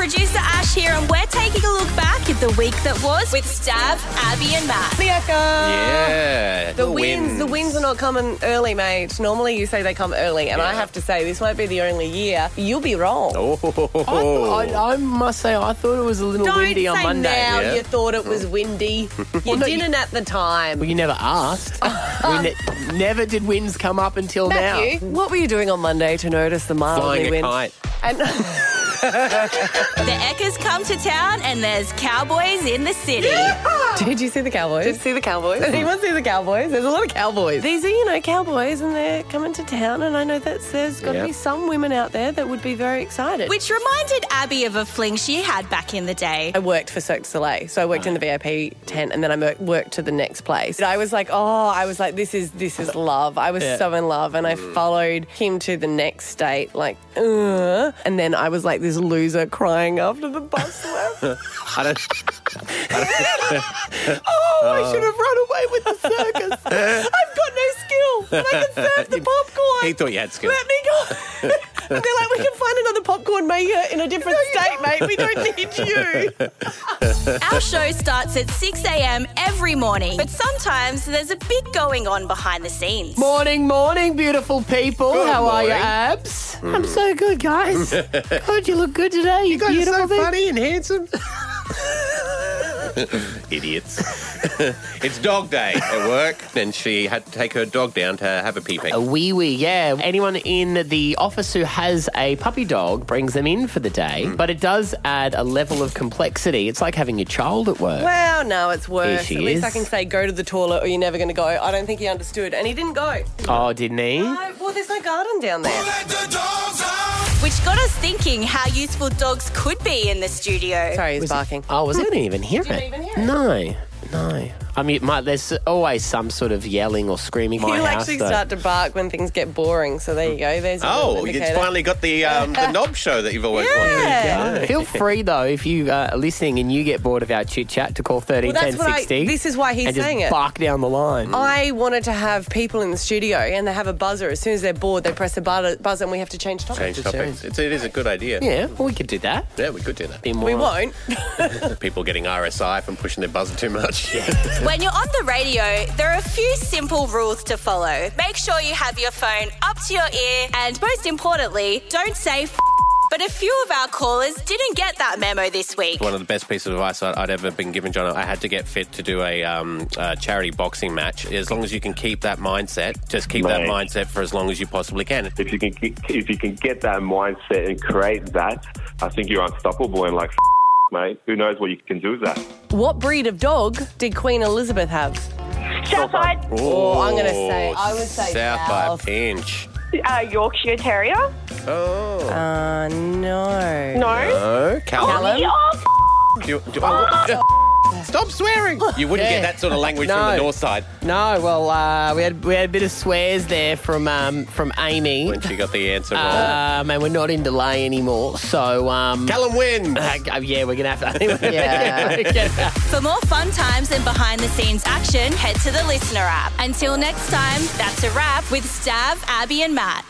Producer Ash here, and we're taking a look back at the week that was with Stav, Abby, and Matt. Liaka. Yeah. The, wins. the wins are not coming early, mate. Normally you say they come early, and I Yeah. have to say this won't be the only year. You'll be wrong. Oh. I, I must say, I thought it was a little Don't windy say on Monday. now yeah. you thought it was windy. Mm. You no, didn't at the time. Well, you never asked. we ne- never did winds come up until Matthew, what were you doing on Monday to notice the mildly Flying a wind? Oh, kite. And- The Eckers come to town, and there's cowboys in the city. Did you see the Cowboys? Did you see the Cowboys? Did anyone see the Cowboys? There's a lot of Cowboys. These are, you know, Cowboys and they're coming to town and I know that there's got to Yep. be some women out there that would be very excited. Which reminded Abby of a fling she had back in the day. I worked for Cirque du Soleil, so I worked in the VIP tent, and then I mer- worked to the next place. And I was like, oh, I was like, this is this is love. I was Yeah. so in love, and I followed him to the next state, like, Ugh. and then I was like this loser crying after the bus left. I don't. Oh, I should have run away with the circus. I've got no skill. And I can serve the popcorn. He thought you had skill. Let me go. and they're like, we can find another popcorn maker in a different state, mate. We don't need you. Our show starts at 6 a.m. every morning, but sometimes there's a bit going on behind the scenes. now. Morning, morning, beautiful people. Good How are morning. Mm. your abs? I'm so good, guys. God, you look good today. You You're beautiful so people. funny and handsome. Idiots. it's dog day at work, and she had to take her dog down to have a pee pee. A wee wee, yeah. Anyone in the office who has a puppy dog brings them in for the day, Mm. but it does add a level of complexity. It's like having your child at work. Well, no, it's worse. she At least is. I can say, go to the toilet or you're never going to go. I don't think he understood. And he didn't go. Oh, didn't he? No, well, there's no garden down there. Which got us thinking how useful dogs could be in the studio. Sorry, he's barking. Oh, was I didn't even hear it. Didn't even hear it. No, no. I mean, my, there's always some sort of yelling or screaming. in My He'll house, actually though. start to bark when things get boring. So there you go. There's your little Oh, you've indicator. finally got the um, the knob show that you've always Yeah. wanted. Feel free though, if you uh, are listening and you get bored of our chit chat, to call thirteen Well, ten that's what I- sixty. this is why he's and just saying it. Oh. Bark down the line. I wanted to have people in the studio and they have a buzzer. As soon as they're bored, they press the buzzer, buzzer and we have to change topic. Change topics. It's, it is a good idea. yeah, well, we could do that. Yeah, we could do that. Be more We won't. People getting RSI from pushing their buzzer too much. When you're on the radio, there are a few simple rules to follow. Make sure you have your phone up to your ear, and most importantly, don't say f. But a few of our callers didn't get that memo this week. One of the best pieces of advice I- I'd ever been given, John, I had to get fit to do a, um, a charity boxing match. As long as you can keep that mindset, just keep that Mate. mindset for as long as you possibly can. if you can ke- if you can get that mindset and create that, I think you're unstoppable. And like, mate, who knows what you can do with that? What breed of dog did Queen Elizabeth have? Southside, Oh, I'm gonna say- I would say South South. by Pinch. uh, Yorkshire Terrier. Oh, Uh, no. No. no, Callum. The old You- do- oh, Stop swearing! You wouldn't Yeah. get that sort of language from No. the north side No, well, uh, we had we had a bit of swears there from um, from Amy, when she got the answer wrong. Uh, um, and we're not in delay anymore. So, um, Callum wins. uh, yeah, we're gonna have to. yeah. For more fun times and behind the scenes action, head to the listener app. Until next time, that's a wrap with Stav, Abby, and Matt.